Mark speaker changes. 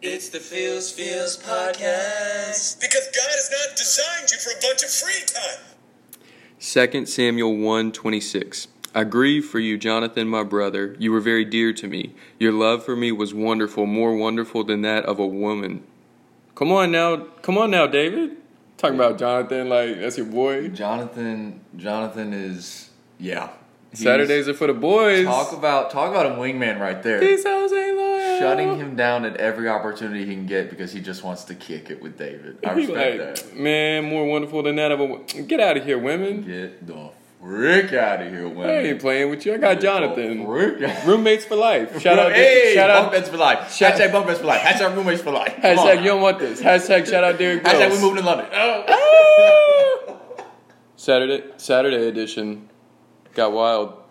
Speaker 1: It's the Feels Feels Podcast.
Speaker 2: Because God has not designed you for a bunch of free time.
Speaker 3: 2 Samuel 1 26. I grieve for you, Jonathan, my brother. You were very dear to me. Your love for me was wonderful, more wonderful than that of a woman. Come on now, come on now, David. Talking about Jonathan, like that's your boy.
Speaker 4: Jonathan Jonathan is yeah. He's-
Speaker 3: Saturdays are for the boys.
Speaker 4: Talk about talk about a wingman right there.
Speaker 3: These hoes ain't loyal.
Speaker 4: Shutting him down at every opportunity he can get because he just wants to kick it with David. I
Speaker 3: He
Speaker 4: respect
Speaker 3: like,
Speaker 4: that.
Speaker 3: Man, more wonderful than that of a. wo- Get out of here, women.
Speaker 4: Get the frick out of here,
Speaker 3: I
Speaker 4: women.
Speaker 3: ain't playing with you. I got Jonathan.
Speaker 4: Frick out-
Speaker 3: Roommates for life. Shout out.
Speaker 4: hey,
Speaker 3: shout out.
Speaker 4: bunk beds for life.
Speaker 3: shout-
Speaker 4: Hashtag bunk beds for life. Hashtag roommates for life. Come on.
Speaker 3: Hashtag you don't want this. Hashtag shout out Derek Rose.
Speaker 4: Hashtag we moving to London. Oh.
Speaker 3: Saturday Saturday edition got wild.